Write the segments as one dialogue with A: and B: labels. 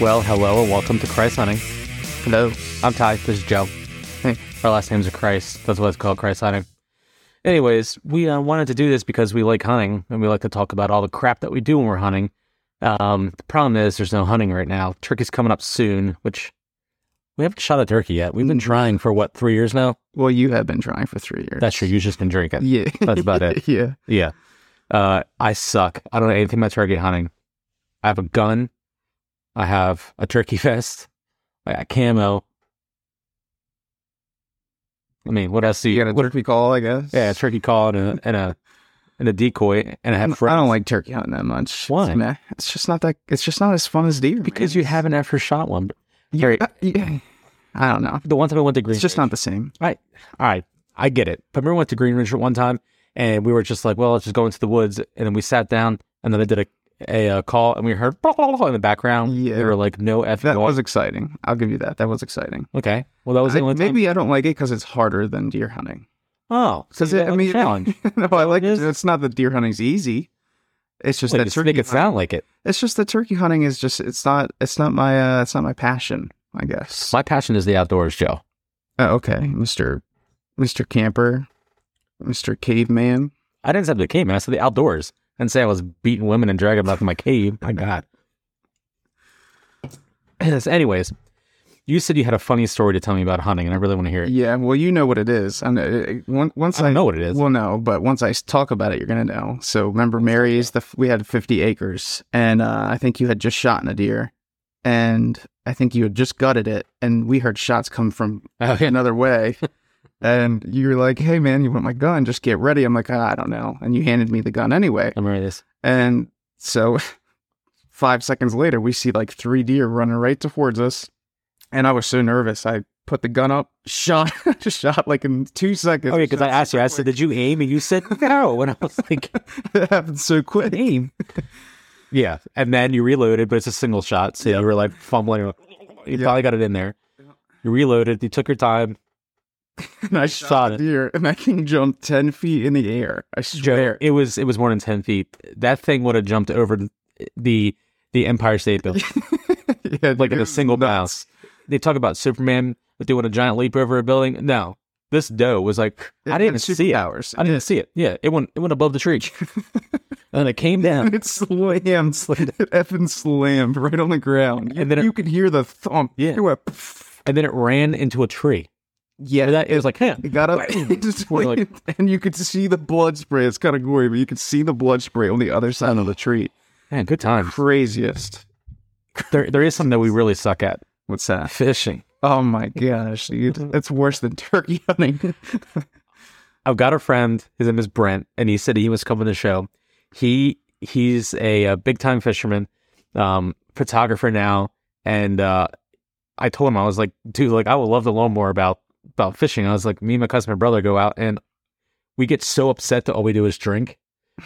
A: Well, hello and welcome to Christ Hunting.
B: Hello.
A: I'm Ty. This is Joe.
B: Hey.
A: Our last names are Christ. That's why it's called Christ Hunting. Anyways, we uh, wanted to do this because we like hunting and we like to talk about all the crap that we do when we're hunting. Um, the problem is there's no hunting right now. Turkey's coming up soon, which we haven't shot a turkey yet. We've been trying for what three years now.
B: Well, you have been trying for three years.
A: That's true. You've just been drinking.
B: Yeah.
A: That's about it.
B: yeah.
A: Yeah. Uh, I suck. I don't know anything about turkey hunting. I have a gun. I have a turkey vest. I got camo. I mean, what else do you?
B: You got a turkey call, I guess.
A: yeah, a turkey call and a and a and a decoy, and I
B: I
A: have friends.
B: don't like turkey hunting that much.
A: Why?
B: It's, meh. it's just not that. It's just not as fun as deer.
A: because
B: man.
A: you haven't ever shot one. Gary,
B: Uh, yeah. I don't know.
A: the one time I went to Green,
B: It's just not the same.
A: I, all right, I get it. But remember, we went to Green Ridge at one time, and we were just like, well, let's just go into the woods. And then we sat down, and then I did a, a, uh call, and we heard blah, blah, blah in the background.
B: Yeah.
A: They were like, no F
B: That
A: going.
B: was exciting. I'll give you that. That was exciting.
A: Okay. Well, that was the
B: I-
A: only time.
B: maybe I don't like it because it's harder than deer hunting.
A: Oh, so
B: Because
A: you don't
B: I
A: like the
B: mean,
A: challenge.
B: no, I like
A: It
B: it.
A: is.
B: It's not that deer hunting's easy. It's just
A: Like,
B: that
A: it's make
B: turkey.
A: it sound like it.
B: It's just that turkey hunting is just. It's not. It's not my. Uh, it's not my passion. I guess.
A: My passion is the outdoors, Joe.
B: Oh, okay, Mister, Mister Camper, Mister Caveman.
A: I didn't say the cave, man. I said the outdoors. I didn't say I was beating women and dragging them back to my cave. My God. Yes, anyways, you said you had a funny story to tell me about hunting, and I really want to hear it.
B: Yeah, well, you know what it is. I know, it- it- on- once
A: I
B: I,
A: don't know what it is.
B: well, no, but once I s- talk about it, you're gonna know. So remember, Mary's the f- we had 50 acres, and uh, I think you had just shot in a deer, and I think you had just gutted it, and we heard shots come from
A: Oh, yeah.
B: another way. And you were like, "Hey man, you want my gun? Just get ready." I'm like, "Ah, "I don't know," and you handed me the gun anyway.
A: I remember this.
B: And so five seconds later, we see like three deer running right towards us. And I was so nervous. I put the gun up, shot, just shot like in two seconds.
A: Oh, yeah, because I asked you, I said, did you aim? And you said, no. And I was like,
B: It happened so quick.
A: aim. Yeah. And then you reloaded, but it's a single shot. So you were like fumbling. You
B: Yeah.
A: probably got it in there. You reloaded. You took your time.
B: And I
A: Shot
B: shot,
A: it.
B: the deer, and that thing jumped 10 feet in the air. I
A: Joe,
B: swear.
A: it was it was more than ten feet. That thing would have jumped over the the Empire State Building
B: Yeah,
A: like
B: dude,
A: in a single bounce. They talk about Superman doing a giant leap over a building. No, this doe was like I didn't
B: had
A: see it.
B: superpowers.
A: I didn't see it. Yeah, it went it went above the tree, and it came down.
B: It slammed, it effing slammed right on the ground.
A: And then it-
B: you could hear the thump.
A: Yeah.
B: It went, pff.
A: And then it ran into a tree.
B: yeah,
A: And that it was like, huh.
B: It got up, it just
A: We're like-
B: went, and you could see the blood spray. It's kind of gory, but you could see the blood spray on the other side of the tree.
A: man, good time.
B: Craziest.
A: There there is something that we really suck at
B: What's that?
A: fishing.
B: Oh my gosh, dude, that's worse than turkey hunting.
A: I've got a friend. His name is Brent, and he said he was coming to the show. He he's a, uh big time fisherman, um, photographer now, and uh, I told him I was like, dude, like I would love to learn more about about fishing. I was like, me and my cousin, and my brother, go out, and we get so upset that all we do is drink.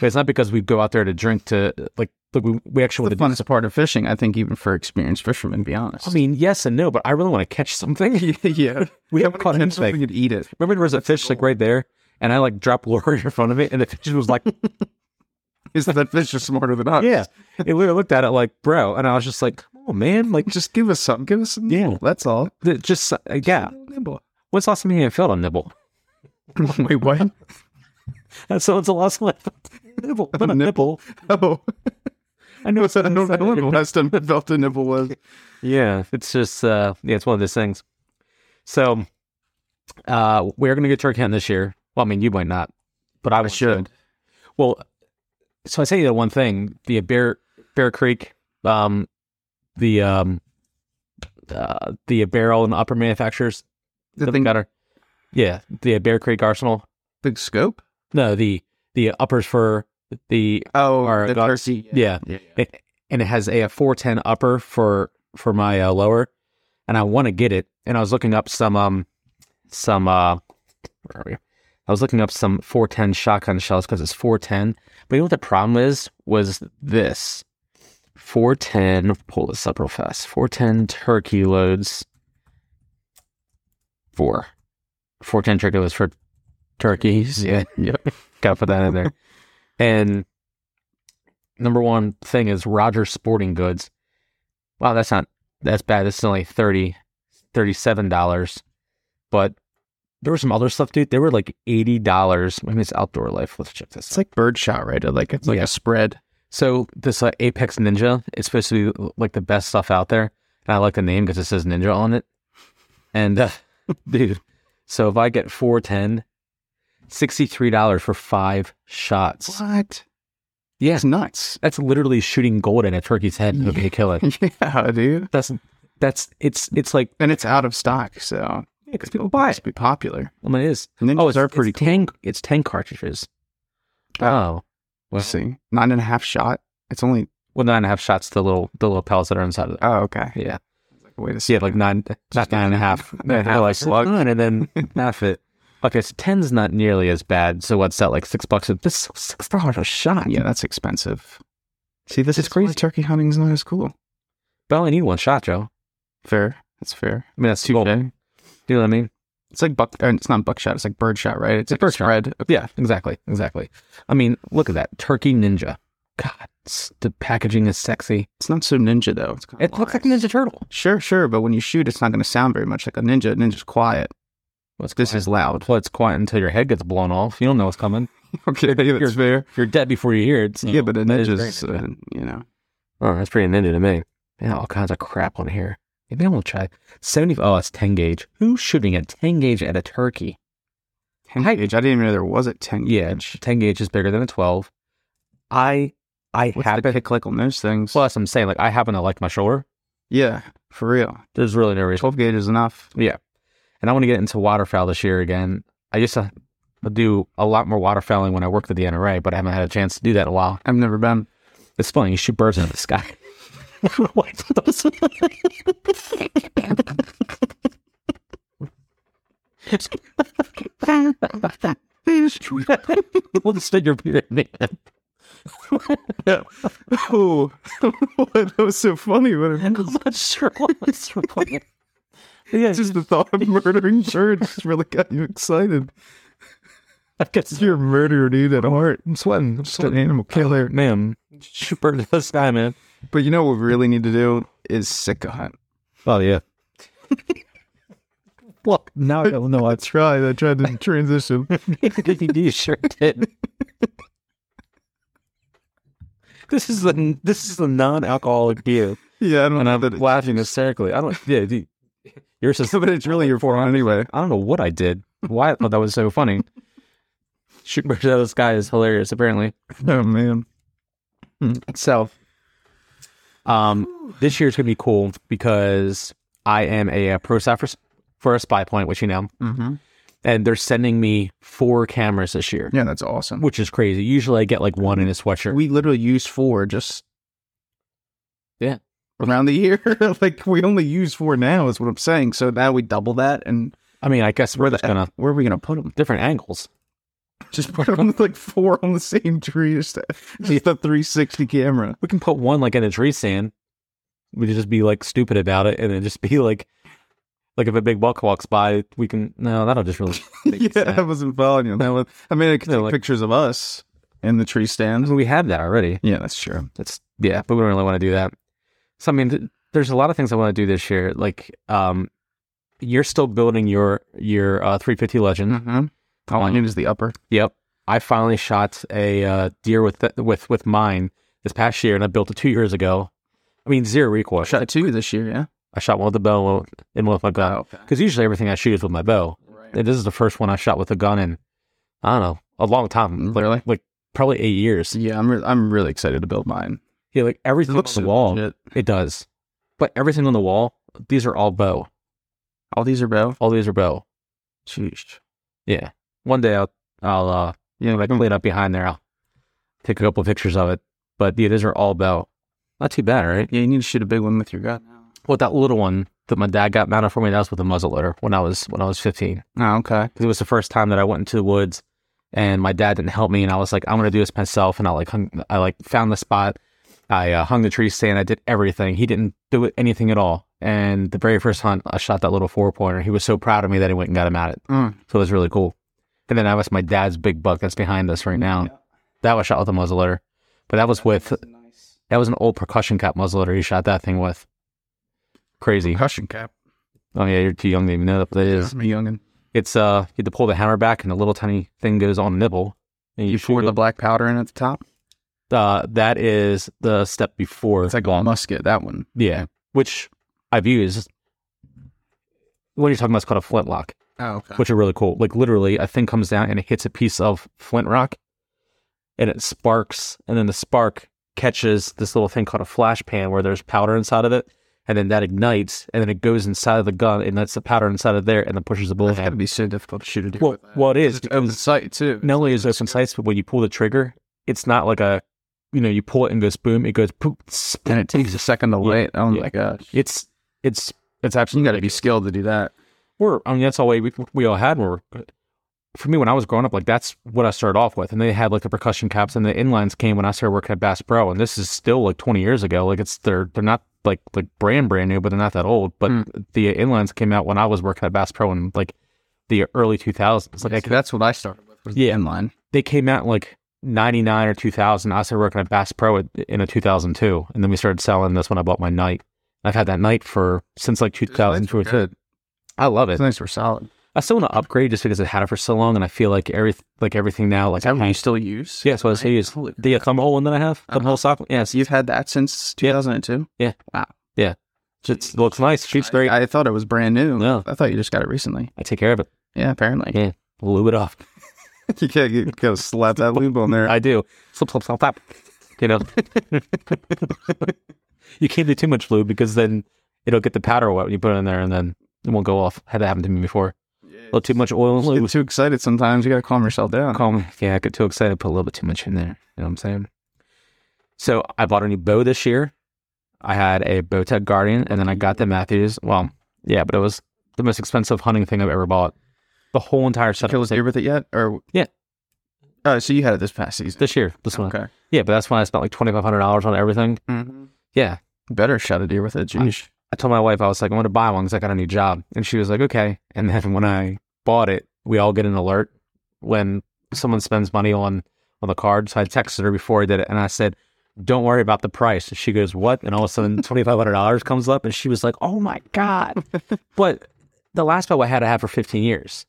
A: But it's not because we go out there to drink to like like we we actually
B: the
A: want to.
B: funnest part of fishing, I think, even for experienced fishermen, to be honest.
A: I mean, yes and no, but I really want to catch something.
B: yeah, yeah.
A: We haven't
B: I wanna
A: caught
B: catch
A: anything.
B: something and eat it.
A: Remember, there was a fish like right there, and I like dropped lure in front of it, and the fish was like
B: Is that fish is smarter than us?
A: Yeah. It literally looked at it like, bro. And I was just like, come on, man. Like,
B: Just give us something. Give us some.
A: Yeah.
B: nibble. That's all.
A: th- just, uh, yeah.
B: Nibble.
A: What's awesome here in Field on Nibble?
B: Wait, what?
A: And so it's a lost life. nibble. But a nibble.
B: Oh,
A: I know
B: I don't know
A: what
B: what the last time I felt a nibble was.
A: Yeah. It's just, uh, yeah, it's one of those things. So, uh, we're going to get turkey hunting this year. Well, I mean, you might not, but I, was
B: should.
A: Well, so I say the one thing the Bear Bear Creek, um, the um, uh, the barrel and upper manufacturers,
B: The
A: the
B: thing,
A: gutter. Yeah, the Bear Creek Arsenal.
B: the scope?
A: No, the the uppers for the
B: Oh,
A: Or
B: the
A: got-
B: turkey.
A: yeah,
B: yeah.
A: It- and it has a, a 410 upper for for my uh, lower, and I want to get it. And I was looking up some um some uh where are we? I was looking up some 410 shotgun shells because it's 410. But you know what the problem is? Was this 410? Pull this up real fast. 410 turkey loads for 410 turkey loads for turkeys. Yeah,
B: Yep.
A: gotta put that in there. And number one thing is Roger Sporting Goods. Wow, that's not that's bad. This is only 30 $37. But there was some other stuff, dude. They were like $80. I mean, it's outdoor life. Let's check this
B: It's like birdshot, right? Like it's like
A: Yeah.
B: a spread.
A: So this uh, Apex Ninja is supposed to be like the best stuff out there, and I like the name because it says Ninja on it. And uh, dude, so if I get 410, 63 dollars for five shots.
B: What?
A: Yeah,
B: That's nuts.
A: that's literally shooting gold in a turkey's head and hoping to kill it.
B: yeah, dude.
A: That's that's it's it's like
B: And it's out of stock, so
A: because people buy
B: it's be popular.
A: I mean, it is.
B: Ninjas
A: Oh, it's
B: are pretty
A: it's ten. It's ten cartridges.
B: Oh.
A: Oh,
B: cool. Let's see. Nine and a half shot. It's only
A: well, nine and a half shots. The little the little pellets that are inside of it.
B: oh okay.
A: Yeah.
B: Wait a
A: So you
B: second.
A: had like nine, not nine and a half.
B: Nine and a
A: They're
B: half
A: like,
B: slug.
A: nine and then half it. Okay, so ten's not nearly as bad. So what's that like six bucks? a- This is six dollars a shot.
B: Yeah, that's expensive. See, this
A: It's
B: is crazy.
A: like-
B: turkey hunting's not as cool.
A: but I only need one shot, Joe.
B: Fair. That's fair.
A: I mean, that's too.
B: Touche.
A: You know what I mean?
B: It's like buck. uh, It's not buckshot. It's like birdshot, right? It's,
A: It's
B: like a
A: birdshot.
B: spread. Okay.
A: Yeah, exactly, exactly. I mean, look at that turkey ninja. God, it's- the packaging is sexy.
B: It's not so ninja though. It's kind
A: It
B: of
A: looks like a ninja turtle.
B: Sure, sure, but when you shoot, it's not going to sound very much like a ninja. A ninja's quiet.
A: Well, it's
B: This
A: quiet.
B: is loud.
A: well, it's quiet until your head gets blown off. You don't know what's coming.
B: okay, that's fair.
A: You're dead before you hear it. so-
B: Yeah, but a
A: That is
B: ninja's,
A: very
B: uh, you know,
A: Oh, that's pretty ninja to me. Yeah, all kinds of crap on here. Maybe I will try seventy. Oh, it's ten gauge. Who's shooting a ten gauge at a turkey?
B: ten
A: I-
B: gauge. I didn't even know there was a ten
A: Yeah,
B: gauge.
A: ten gauge is bigger than a twelve. I I
B: What's the
A: happen.
B: kick like on those things?
A: plus, I'm saying like I happen to like my shoulder.
B: yeah, for real.
A: There's really no reason.
B: Twelve gauge is enough.
A: Yeah, and I want to get into waterfowl this year again. I used to do a lot more waterfowling when I worked at the NRA, but I haven't had a chance to do that in a while.
B: I've never been.
A: It's funny. You shoot birds out of the sky. What? well, instead you're
B: oh, that was so funny. What a-
A: I'm not sure what's wrong.
B: it's just the thought of murdering birds really got you excited.
A: I guess
B: You're a murderer, dude, at heart.
A: I'm sweating. I'm
B: Just an animal killer.
A: ma'am. Shoot birds out of the sky, man.
B: But you know what we really need to do is sicko hunt.
A: Oh yeah. Look, now I don't know
B: I tried. I tried to transition.
A: you sure did. This is the this is the non-alcoholic beer,
B: yeah, I don't
A: and
B: know
A: I'm
B: that it-
A: laughing hysterically. I don't. Yeah, dude, you're just.
B: but it's really your form anyway.
A: I don't know what I did. Why I thought that was so funny. Shooting birds out of the sky is hilarious. Apparently,
B: Oh man. Hmm.
A: So, um, this year is going to be cool because I am a, uh pro staff for, s- for a spy point, which you know,
B: Mm-hmm.
A: and they're sending me four cameras this year,
B: Yeah, that's awesome.
A: which is crazy. Usually I get like one in a sweatshirt.
B: We literally use four just.
A: Yeah.
B: Around the year, like we only use four now, is what I'm saying. So now we double that, and
A: I mean, I guess we're just going to
B: where are we gonna put them?
A: different angles.
B: Just put them like four on the same tree, just, just the 360 camera.
A: We can put one like in a tree stand. We could just be like stupid about it and then just be like, like if a big buck walks by, we can, no, that'll just really. make it
B: yeah, I
A: sad.
B: wasn't following you. on That one. I mean, I could
A: No,
B: take
A: like-
B: pictures of us in the tree stand.
A: We have that already.
B: Yeah, that's true.
A: That's yeah, but we don't really want to do that. So I mean, th- there's a lot of things I want to do this year. Like, um, you're still building your your uh, 350 Legend.
B: Mm-hmm. All I
A: Um,
B: need is the upper.
A: Yep, I finally shot a uh, deer with th- with with mine this past year, and I built it two years ago. I mean, zero recoil. I
B: Shot
A: shot,
B: two this year, yeah.
A: I shot one with the bow and one- and one with my gun.
B: okay.
A: Because usually everything I shoot is with my bow. And this is the first one I shot with a gun in I don't know a long time, like
B: Really?
A: probably eight years.
B: Yeah, I'm. Re- I'm really excited to build mine.
A: Yeah, like
B: It
A: everything
B: looks
A: on the wall,
B: legit.
A: it does. But everything on the wall, these are all bow.
B: All these are bow.
A: All these are bow.
B: Sheesh.
A: Yeah. One day I'll I'll uh
B: Yeah,
A: if I
B: like
A: clean up behind there, I'll take a couple pictures of it. But yeah, these are all bow. Not too bad, right?
B: yeah, you need to shoot a big one with your gun.
A: Well that little one that my dad got mounted for me, that was with a muzzle loader when I was when I was fifteen.
B: Oh, okay.
A: Because it was the first time that I went into the woods and my dad didn't help me and I was like, I'm gonna do this myself and I like hung I like found the spot. I uh, hung the tree stand. I did everything. He didn't do it- anything at all. And the very first hunt, I shot that little four pointer. He was so proud of me that he went and got him at it.
B: Mm.
A: So it was really cool. And then I was my dad's big buck that's behind us right now. That was shot with a muzzleloader, but that was with that was an old percussion cap muzzleloader. He shot that thing with. Crazy.
B: Concussion cap.
A: Oh yeah, you're too young to even know that, but it is.
B: I'm a youngin.
A: It's uh, you had to pull the hammer back, and a little tiny thing goes on the nipple. And
B: You
A: shoot
B: poured the
A: it.
B: black powder in at the top.
A: uh, that is the step before.
B: It's like a musket. That one.
A: yeah, which I've used. What you're talking about is called a flintlock.
B: Oh, okay.
A: which are really cool. Like literally, a thing comes down and it hits a piece of flint rock, and it sparks, and then the spark catches this little thing called a flash pan where there's powder inside of it, and then that ignites, and then it goes inside of the gun, and that's the powder inside of there, and then pushes the bullet.
B: It's got to
A: down.
B: be so difficult to shoot a deer
A: Well,
B: with that.
A: well, it is
B: It's open
A: because
B: sight too.
A: not only is it open sights, but when you pull the trigger, it's not like a, you know, you pull it and goes boom, it goes poop.
B: and it takes a second to wait. Oh
A: yeah.
B: my gosh,
A: It's it's it's
B: you
A: absolutely
B: got to be skilled to do that.
A: we're I mean that's all we we, we all had. when we We're for me when I was growing up, like that's what I started off with, and they had like the percussion caps and the inlines came when I started working at Bass Pro, and this is still like twenty years ago. Like it's they're they're not like like brand brand new, but they're not that old. But
B: Hmm.
A: the inlines came out when I was working at Bass Pro in like the early two thousands. Like I
B: See,
A: could-
B: that's what I started with. Was
A: Yeah.
B: yeah, inline.
A: they came out in like. 99 or 2000 i started working at bass pro in- in a 2002 and then we started selling that's when i bought my knight i've had that knight for since like 2002 or two. i love it
B: Those things were solid.
A: I still want to upgrade just because I had it for so long, and I feel like every like everything now like
B: Is that what
A: hangs-
B: you still use?
A: yeah, so I say is
B: Holy
A: the uh, thumbhole one that I have,
B: Uh-huh.
A: thumbhole sock. Yeah,
B: So you've had that since 2002.
A: it looks nice, shoots great. I,
B: I, I thought it was brand new.
A: No.
B: I thought you just got it recently.
A: take care of it,
B: Yeah, apparently.
A: Yeah. lube it off.
B: you can't you go slap that lube on there.
A: I do slip, slip, slap, slap. You know, you can't do too much lube because then it'll get the powder wet when you put it in there, and then it won't go off. Had that happen to me before. A little too much oil and
B: Get
A: lube.
B: too excited sometimes. You got to calm yourself down.
A: Call me. Yeah, I get too excited, put a little bit too much in there. You know what I'm saying? So I bought a new bow this year. I had a Bowtech Guardian, and then I got the Matthews. Well, yeah, but it was the most expensive hunting thing I've ever bought. The whole entire
B: Did you
A: setup
B: kill a
A: was like
B: deer with it yet? Or
A: Yeah.
B: Oh, so you had it this past season.
A: this year. This one,
B: okay.
A: yeah, but that's when I spent like twenty five hundred dollars on everything.
B: Mhm.
A: Yeah,
B: Better shot a deer with it. Jeez.
A: I told my wife I was like, I want to buy one because I got a new job, and she was like, okay. And then when I bought it, we all get an alert when someone spends money on on the card. So I texted her before I did it, and I said, "Don't worry about the price." And she goes, "What?" And all of a sudden, twenty five hundred dollars comes up, and she was like, "Oh my god!" but the last bow I had, I had for fifteen years.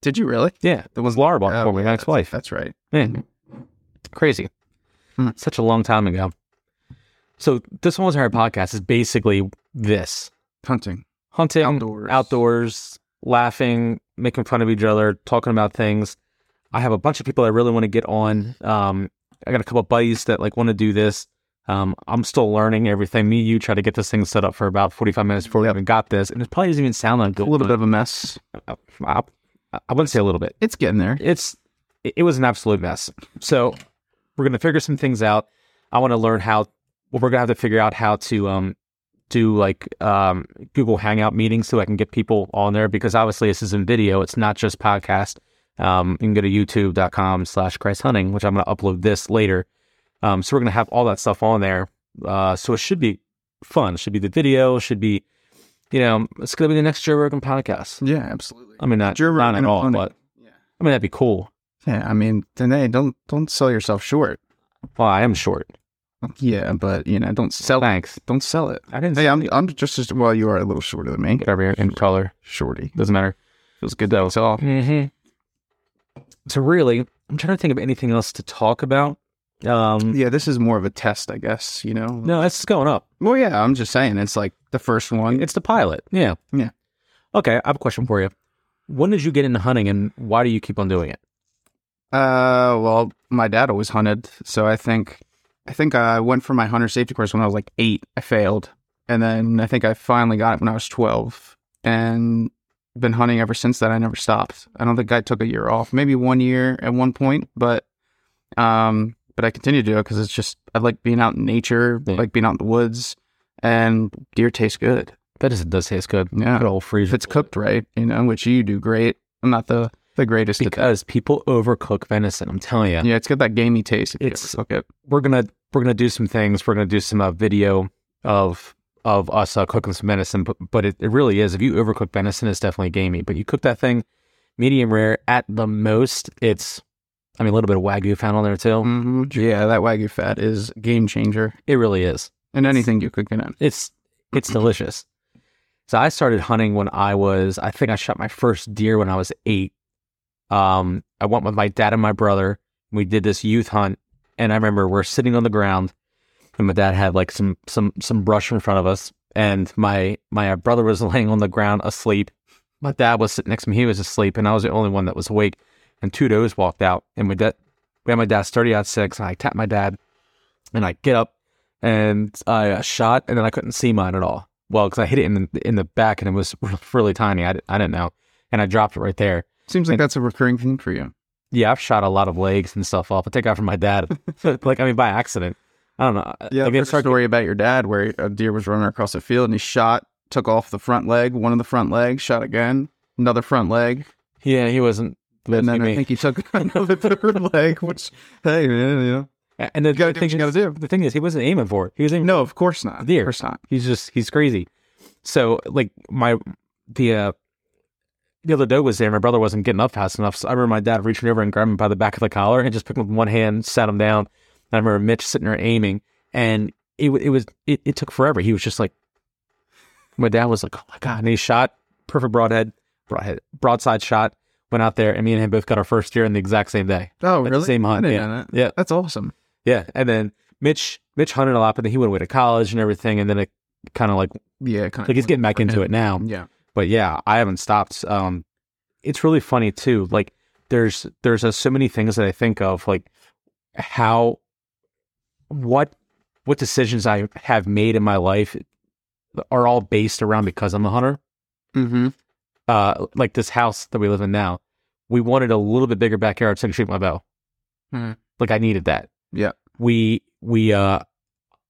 B: Did you really?
A: Yeah, it was Laura bought
B: Oh,
A: for me, my
B: that's-
A: ex-wife.
B: That's right.
A: Man, crazy.
B: Hmm.
A: Such a long time ago. So this whole entire podcast is basically this
B: Hunting
A: hunting
B: Outdoors.
A: outdoors, laughing, making fun of each other, talking about things. I have a bunch of people I really want to get on. Um, I got a couple of buddies that like want to do this. Um, I'm still learning everything. Me, and you try to get this thing set up for about 45 minutes before we even got this, and it probably doesn't even sound like
B: a
A: good.
B: little bit of a mess.
A: I, I wouldn't say a little bit
B: It's getting there.
A: it's it it was an absolute mess. So we're gonna figure some things out. I want to learn how. Well, we're gonna have to figure out how to um do like um Google Hangout meetings so I can get people on there because obviously this is in video. It's not just podcast. Um, you can go to youtube.com slash Christ Hunting, which I'm gonna upload this later. Um, so we're gonna have all that stuff on there. Uh, so it should be fun. It should be the video. It should be, you know, it's gonna be the next Joe Rogan podcast.
B: Yeah, absolutely.
A: I mean, not
B: Joe
A: not
B: Rogan
A: at all,
B: on it.
A: but
B: Yeah.
A: I mean that'd be cool.
B: Yeah, I mean, Danae, don't don't sell yourself short.
A: Well, I am short.
B: Yeah, but you know, don't sell
A: Thanks.
B: don't sell it.
A: I didn't
B: Hey, I'm I'm just as well. You are a little shorter than me,
A: get over here in color.
B: shorty.
A: Doesn't matter.
B: Feels good though. It's all
A: Mm-hmm. So really, I'm trying to think of anything else to talk about. Um,
B: yeah. This is more of a test, I guess. You know.
A: no, this is going up.
B: Well, yeah. I'm just saying, it's like the first one.
A: It's the pilot. Yeah.
B: Yeah.
A: Okay, I have a question for you. When did you get into hunting, and why do you keep on doing it?
B: Uh, well, my dad always hunted, so I think I think I went for my hunter safety course when I was like eight. I failed, and then I think I finally got it when I was twelve, and been hunting ever since then. I never stopped. I don't think I took a year off, maybe one year at one point, but um, but I continue to do it because it's just I like being out in nature,
A: Yeah.
B: like being out in the woods, and deer taste good.
A: That is, it does taste good.
B: Yeah.
A: Good old freezer.
B: If it's cooked right, you know, which you do great. I'm not the the greatest at that.
A: because people overcook venison. I'm telling you.
B: Yeah, it's got that gamey taste. If
A: It's-
B: you ever cook it.
A: we're gonna we're gonna do some things. We're gonna do some uh, video of of us uh, cooking some venison, but but it, it really is. If you overcook venison, it's definitely gamey. But you cook that thing medium rare at the most. It's I mean a little bit of wagyu found on there too.
B: Mm-hmm. Mhm. Yeah, that wagyu fat is a game changer
A: It really is.
B: in anything you cook it in.
A: It's It's delicious. So I started hunting when I was, I think I shot my first deer when I was eight. Um, I went with my dad and my brother. We did this youth hunt, and I remember we're sitting on the ground, and my dad had like some some some brush in front of us, and my my uh, brother was laying on the ground asleep. My dad was sitting next to me; he was asleep, and I was the only one that was awake. And two does walked out, and my dad we had my dad's thirty out six, and I tapped my dad, and I get up, and I uh, shot, and then I couldn't see mine at all. Well, because I hit it in the in the back, and it was really tiny. I, I didn't know, and I dropped it right there.
B: Seems like that's a recurring thing for you.
A: Yeah, I've shot a lot of legs and stuff off. I take out from my dad. like I mean, by accident. I don't know.
B: Yeah,
A: like,
B: I've heard
A: it's
B: a
A: hard-
B: story about your dad where a deer was running across a field and he shot, took off the front leg, one of the front legs, shot again, another front leg,
A: yeah, he wasn't.
B: and then I
A: me.
B: think he took another third leg. Which, hey man, you know,
A: and the,
B: you gotta
A: the
B: do
A: thing
B: what you gotta
A: is-
B: do.
A: The thing is, he wasn't aiming for it. He was aiming.
B: No, of course not.
A: Deer.
B: Of course not.
A: he's just he's crazy. So like my the uh, the other doe was there. My brother wasn't getting up fast enough. So I remember my dad reaching over and grabbing him by the back of the collar and just picked him up with one hand, sat him down. And I remember Mitch sitting there aiming, and it wa- it was it, it took forever. He was just like, my dad was like, oh my god, and he shot perfect broadhead, broadhead broadside shot. Went out there, and me and him both got our first deer in the exact same day.
B: Oh,
A: At the
B: really?
A: same hunt,
B: I didn't
A: yeah.
B: know that.
A: Yeah.
B: that's awesome.
A: Yeah, and then Mitch Mitch hunted a lot, but then he went away to college and everything, and then it kind of like
B: Yeah, kind
A: like he's getting back into it now.
B: Yeah,
A: But yeah, I haven't stopped. Um, it's really funny too. Like there's there's uh, so many things that I think of, like how what what decisions I have made in my life are all based around because I'm a hunter.
B: mm-hmm.
A: Uh, like this house that we live in now, we wanted a little bit bigger backyard so I could shoot my bow.
B: Hmm.
A: Like I needed that.
B: Yeah.
A: We we uh,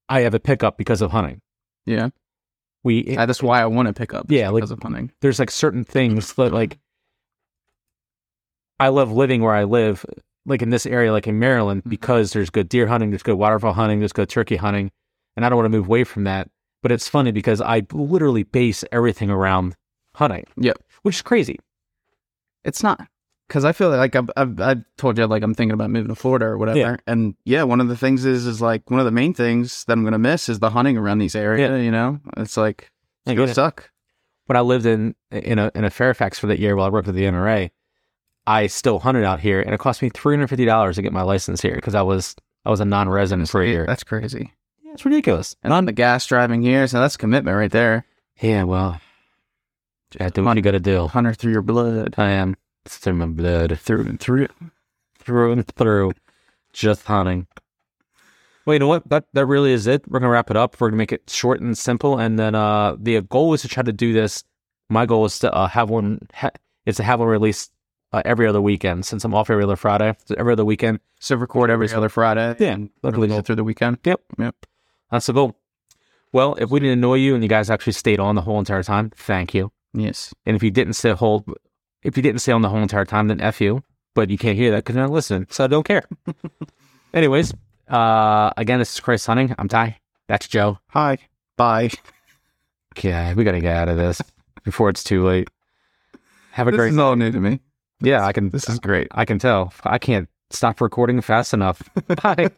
A: I have a pickup because of hunting.
B: yeah.
A: We
B: That's why I want to pick up.
A: Yeah, like-
B: because of hunting.
A: there's like certain things that like I love living where I live, like in this area, like in Maryland,
B: Mhm.
A: because there's good deer hunting, there's good waterfowl hunting, there's good turkey hunting, and I don't want to move away from that. But it's funny because I literally base everything around hunting.
B: Yep.
A: Which is crazy.
B: It's not because I feel like I've, I've I've told you like I'm thinking about moving to Florida or whatever.
A: Yeah.
B: And yeah, one of the things is is like one of the main things that I'm gonna miss is the hunting around these areas.
A: Yeah.
B: You know, it's like
A: Yeah,
B: it's gonna
A: yeah.
B: suck.
A: When I lived in in a in a Fairfax for that year while I worked at the NRA, I still hunted out here and it cost me three hundred fifty dollars to get my license here because I was I was a non resident for a year.
B: That's crazy.
A: Yeah, it's ridiculous.
B: And on the gas driving here, so that's commitment right there.
A: Yeah, well yeah, do what you gotta do.
B: Hunter through your blood,
A: I am. It's through my blood.
B: through and through.
A: Through and through. Just hunting. Well, you know what? That that really is it. We're gonna wrap it up. We're gonna make it short and simple. And then uh the goal is to try to do this. My goal is to uh, have one ha- is to have one released uh, every other weekend since I'm off every other Friday. So every other weekend.
B: So record every other Friday.
A: Yeah,
B: and
A: that's
B: release
A: cool.
B: it through the weekend.
A: Yep.
B: Yep.
A: That's the goal. Well, if we didn't annoy you and you guys actually stayed on the whole entire time, thank you.
B: Yes.
A: And if you didn't stay whole, if you didn't stay on the whole entire time, then f you. But you can't hear that because you're not listening, so I don't care. Anyways, uh, again, this is Chris Hunting. I'm Ty. That's Joe.
B: Hi. Bye.
A: Okay, we gotta get out of this before it's too late. Have a
B: This
A: great.
B: is all new to me.
A: yeah, I can.
B: This is great.
A: I can tell. I can't stop recording fast enough. Bye.